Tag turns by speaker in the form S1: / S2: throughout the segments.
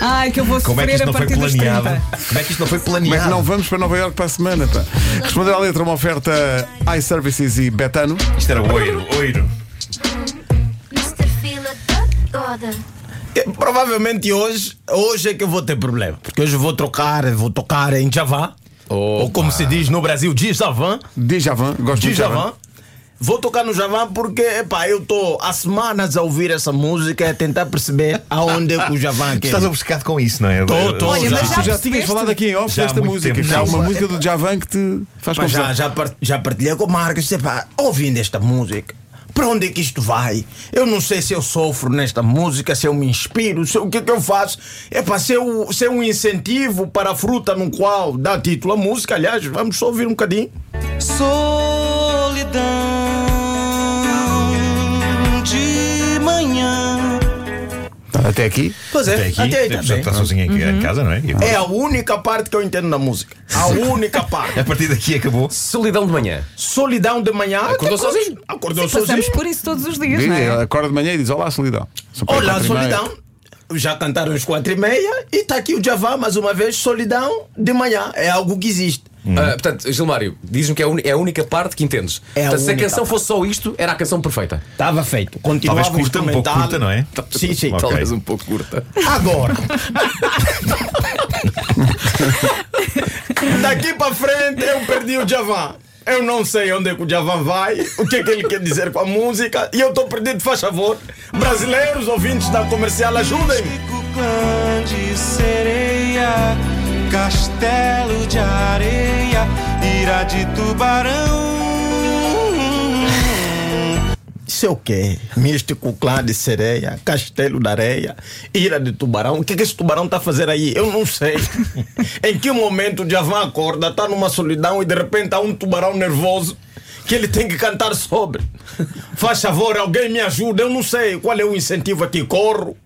S1: Ai, que eu vou
S2: Como é que
S1: sofrer
S2: isto
S1: a
S2: não foi
S1: partir dos
S2: planeado?
S1: 30.
S2: Como é que isto não foi
S3: Como é que
S2: planeado?
S3: não vamos para Nova Iorque para a semana? Pá? Responder à letra uma oferta iServices e Betano.
S2: Isto era oiro, oiro.
S4: Mr. Fila toda.
S5: Eu, É, Provavelmente hoje, hoje é que eu vou ter problema. Porque hoje eu vou trocar, vou tocar em Javá. Ou como se diz no Brasil, Djavan.
S3: Djavan, gosto de
S5: Djavan. Vou tocar no Javan porque, epá, eu estou há semanas a ouvir essa música e a tentar perceber aonde é que o Javan quer.
S2: Estás obcecado com isso, não é?
S5: Tô, tô,
S1: Olha, mas
S3: Tu
S1: já
S3: já tinhas
S1: percebeste?
S3: falado aqui em off
S2: Já há
S3: desta
S2: muito
S3: música,
S2: tempo,
S3: que há
S2: sim.
S3: uma música do Djavan que te faz
S5: Mas já,
S3: confusão.
S5: já, par- já partilhei com o Marcos, disse, pá, ouvindo esta música, para onde é que isto vai? Eu não sei se eu sofro nesta música, se eu me inspiro, se, o que é que eu faço? É para ser, o- ser um incentivo para a fruta no qual dá título a música, aliás, vamos só ouvir um bocadinho.
S6: Solidão de manhã.
S3: Tá, Até aqui.
S5: Pois é,
S2: Até aqui,
S5: até aí
S2: a pessoa
S5: também.
S2: que está sozinha aqui em casa, não é? E
S5: É a única parte que eu entendo da música. A única parte.
S2: É, A partir daqui acabou.
S7: Solidão de manhã.
S5: Solidão de manhã.
S7: Acordou
S5: até quando-
S7: sozinho?
S5: Acordou sozinho.
S1: Passamos por isso todos os dias,
S3: Diz, eh,
S1: não é?
S3: Acorda de manhã e diz: Olá, solidão. São para
S5: Olá,
S3: quatro e meia.
S5: solidão. Já cantaram os quatro e meia e está aqui o Javan mais uma vez, solidão de manhã. É algo que existe.
S7: Ah, portanto, Gilmário, diz-me que é a, uni- é a única parte que entendes.
S5: É a
S7: portanto, se a
S5: única
S7: canção fosse só isto, era a canção perfeita.
S5: Estava feito. Continuava
S2: Talvez curta, um pouco
S5: instrumental.
S2: curta, não é?
S5: Tá, Sim, sim.
S2: Ok.
S7: Talvez um pouco curta.
S5: Agora. Daqui para frente eu perdi o Javan. Eu não sei onde é que o Javan vai, o que é que ele quer dizer com a música e eu estou perdido, faz favor. Brasileiros, ouvintes da comercial, ajudem-me.
S6: Chico clã de sereia, castelo de areia, ira de tubarão.
S5: Isso é o quê? Místico clã de sereia, castelo da areia, ira de tubarão. O que, é que esse tubarão está a fazer aí? Eu não sei. em que momento o Javan acorda, está numa solidão e de repente há um tubarão nervoso que ele tem que cantar sobre. Faz favor, alguém me ajuda. Eu não sei qual é o incentivo aqui. Corro.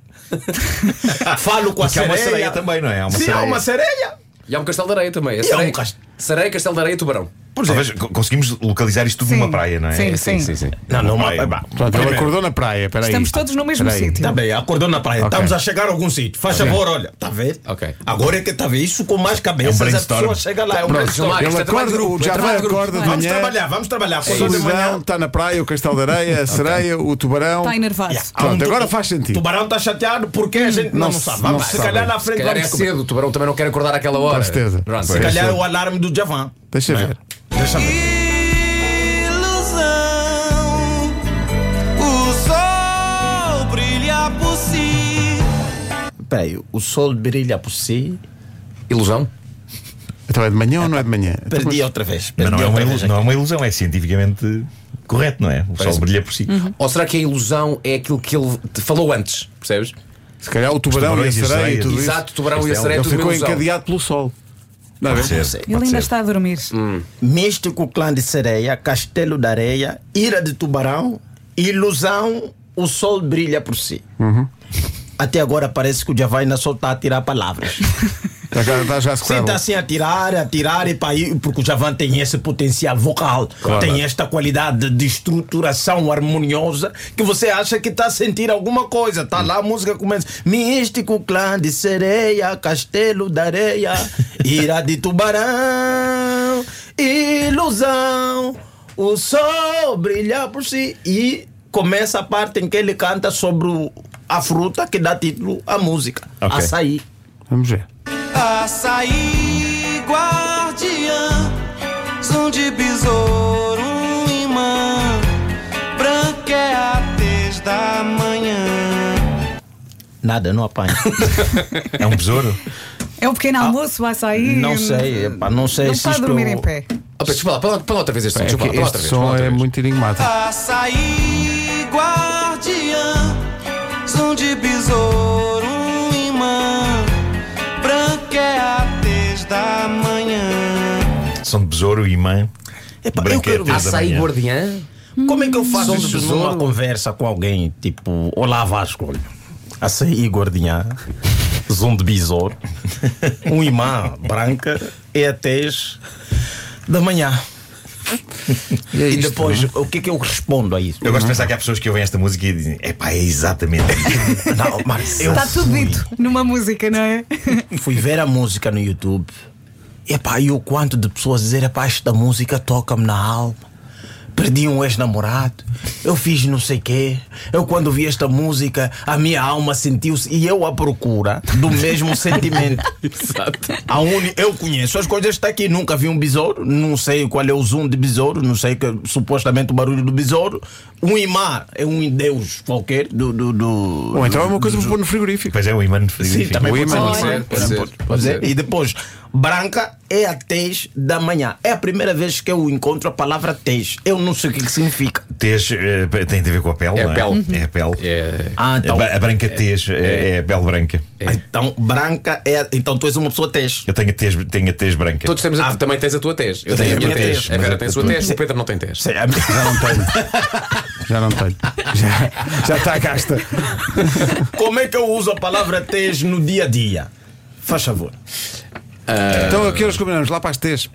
S5: Falo com a
S2: Porque há
S5: sereia.
S2: uma sereia também, não é? Há uma
S5: Sim, há
S2: sereia.
S5: uma sereia.
S7: E há um castelo de areia também.
S5: E
S7: É
S5: há um
S7: sereia,
S5: cast-
S7: sereia, castelo de areia e tubarão.
S2: Talvez co- conseguimos localizar isto tudo
S1: Sim.
S2: numa praia, não é?
S1: Sim, sim.
S5: Não, não, mas-
S2: Praia.
S5: mas-
S3: Pronto, ele acordou na praia. Peraí.
S1: Estamos todos no mesmo
S3: Peraí.
S1: sítio.
S5: Tá bem, acordou na praia. Estamos a chegar a algum sítio. Faz favor, olha. Tá vendo?
S7: Ok.
S5: Agora é que tá vendo. Isso com mais
S2: É um
S5: cabeças a
S2: brainstorm.
S5: pessoa chega lá. É um
S3: Pronto,
S5: brainstorm.
S7: Gilmar,
S3: ele
S7: isto é trabalho
S3: acorda,
S7: de grupo,
S3: o
S7: é
S3: Djavan
S7: trabalho de grupo.
S3: acorda de
S5: Vamos
S3: manhã.
S5: trabalhar, vamos trabalhar. Acordou de
S3: Solidão,
S5: manhã.
S3: está na praia, o Castelo de Areia, a sereia, o tubarão.
S1: Está enervado.
S5: Há um
S3: Pronto,
S5: tu-
S3: agora faz sentido. Hum,
S5: Tubarão está chateado porque a gente
S3: não
S5: não,
S3: se-
S5: sabe.
S3: não
S5: Vamos,
S3: se
S5: se
S3: sabe.
S5: calhar na
S7: Se
S5: frente
S7: calhar é
S5: vamos descobrir.
S7: cedo, o tubarão também não quer acordar àquela hora.
S3: certeza.
S7: Pronto.
S5: Se
S3: Pois
S5: calhar
S3: é.
S5: é o alarme do Javan.
S3: Deixa ver.
S5: Deixa ver.
S6: Ilusão, o sol brilha por si.
S5: Peraí, o sol brilha por si.
S7: é Ilusão?
S3: Então é de manhã ou não é de manhã? Então,
S5: Perdi outra vez.
S2: Mas
S5: Perdi
S2: não é, uma
S5: outra
S2: ilusão,
S5: vez.
S2: não é uma ilusão, é cientificamente correto, não é? O sol brilha por si.
S7: Ou será que a ilusão é aquilo que ele te falou antes? Percebes?
S3: Se calhar o tubarão e a
S2: tubarões e a
S3: sereia e
S2: sereia.
S3: tudo isso.
S7: Exato, o tubarão e
S2: Este
S7: a
S2: é um-
S7: sereia é
S3: Ele
S7: tudo uma
S3: ficou
S7: ilusão.
S3: encadeado pelo sol. Não é
S2: Pode
S3: ver?
S2: ser,
S1: Ele
S2: pode
S1: ainda
S2: ser.
S1: está a dormir.
S5: Hum. Místico clã de sereia, castelo da areia, ira de tubarão, ilusão, o sol brilha por si.
S3: Uhum.
S5: Até agora parece que o Javan ainda só está a tirar palavras.
S3: Está Tá já- Está já a
S5: Sim, está
S3: sequer.
S5: assim a tirar, a tirar, e para aí, porque o Javan tem esse potencial vocal, tem esta qualidade de estruturação harmoniosa que você acha que está a sentir alguma coisa. Está lá, a música começa. Místico clã de sereia, castelo da areia, ira de tubarão, ilusão, o sol brilha por si. E começa a parte em que ele canta sobre o- a fruta que dá título à música,
S2: Ok.
S5: açaí.
S3: Vamos ver. É
S6: Açaí, guardiã, som de besouro, um imã. Branca é a tez da manhã.
S5: Nada, não apanha.
S2: É um besouro?
S1: É um pequeno almoço, vai sair.
S5: Ah. Não sei, epá, não sei
S1: Não
S5: se
S1: está a
S5: isto...
S1: dormir em pé.
S7: Ah, pá, desculpa lá, fala- fala outra vez este som.
S3: É
S7: desculpa
S3: que
S7: lá, fala outra
S3: este
S7: vez, fala
S3: som
S7: outra
S3: é
S7: vez.
S3: muito
S6: Ah,
S3: enigmático.
S6: Açaí, guardiã, som de besouro, um imã. Branca é a tez da manhã.
S2: São de besouro, imã.
S5: Epá, eu
S2: branquete
S5: quero ver.
S2: da
S7: Açaí
S2: manhã.
S7: guardiã?
S5: Como é que eu faço
S7: Som
S5: isso
S7: de
S5: numa
S7: tesouro.
S5: conversa com alguém, tipo, olá Vasco, olha, açaí guardiã, zoom de besouro, é um imã branca e a tez da manhã.
S3: E,
S5: E
S3: é isto,
S5: depois,
S3: não é?
S5: o que é que eu respondo a isso?
S2: Eu gosto de pensar que há pessoas que ouvem esta música e dizem: é pá, é exatamente isso.
S5: Não, mas eu
S1: Está tudo
S5: fui,
S1: dito numa música, não é?
S5: fui ver a música no YouTube. Epá, e o quanto de pessoas dizer, epá, esta música toca-me na alma. Perdi um ex-namorado, eu fiz não sei quê. Eu quando vi esta música, a minha alma sentiu-se e eu à procura do mesmo sentimento.
S7: Exato.
S5: A uni, eu conheço as coisas está aqui, nunca vi um besouro, não sei qual é o zoom de besouro, não sei que supostamente o barulho do besouro. Um imã é um deus qualquer do do, do
S3: Ou então é uma coisa para pôr no frigorífico.
S2: Pois é, o imã no
S5: Sim,
S2: frigorífico.
S5: também
S3: O
S5: pode ser,
S3: imã.
S5: pode ser,
S7: Pode ser, pode
S5: pode ser.
S7: ser.
S5: E depois, branca é a tez da manhã. É a primeira vez que eu encontro a palavra tez. Eu não sei o que, que significa.
S2: Tez eh, tem a ver com a pele,
S7: É a
S2: não
S7: pele. Uhum.
S2: É a pele.
S7: É.
S5: Ah,
S2: A
S5: então,
S2: ba- A branca tez é, é a pele branca.
S5: então branca é. Então tu és uma pessoa tez.
S2: Eu tenho a tez, tenho a tez branca.
S7: Todos temos a,
S5: Ah.
S7: também tens a tua tez. Eu
S5: tenho
S7: tenho
S5: a
S7: a minha
S5: minha
S7: tez.
S5: tez,
S7: A
S2: mas
S7: Vera
S2: a
S7: tem a
S2: tua
S7: sua
S2: tez.
S7: tez, o Pedro não tem tez.
S5: Já não tenho.
S3: Já não tenho. Já, já está a casta.
S5: Como é que eu uso a palavra tez no dia a dia? Faz favor.
S3: Então a que horas combinamos? Lá para as três.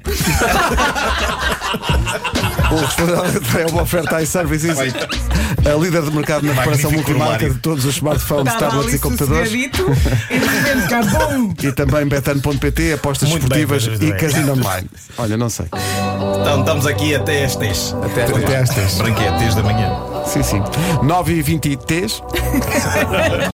S3: O responsável é uma oferta iServices, a líder de mercado na reparação
S2: Magnífico
S3: multimarca
S2: formulário.
S3: de todos os smartphones,
S1: Estava
S3: tablets
S1: Tá ali
S3: e computadores.
S1: sossegadito e de repente cá, bum!
S3: E também betano.pt, apostas
S5: Muito bem,
S3: esportivas
S5: Pedro,
S3: e
S5: muito bem.
S3: casino online. Olha, não sei.
S5: Então estamos aqui até as tez.
S7: Até às
S3: Até às três.
S2: Branca é a tez da manhã.
S3: Sim, sim. 9h23.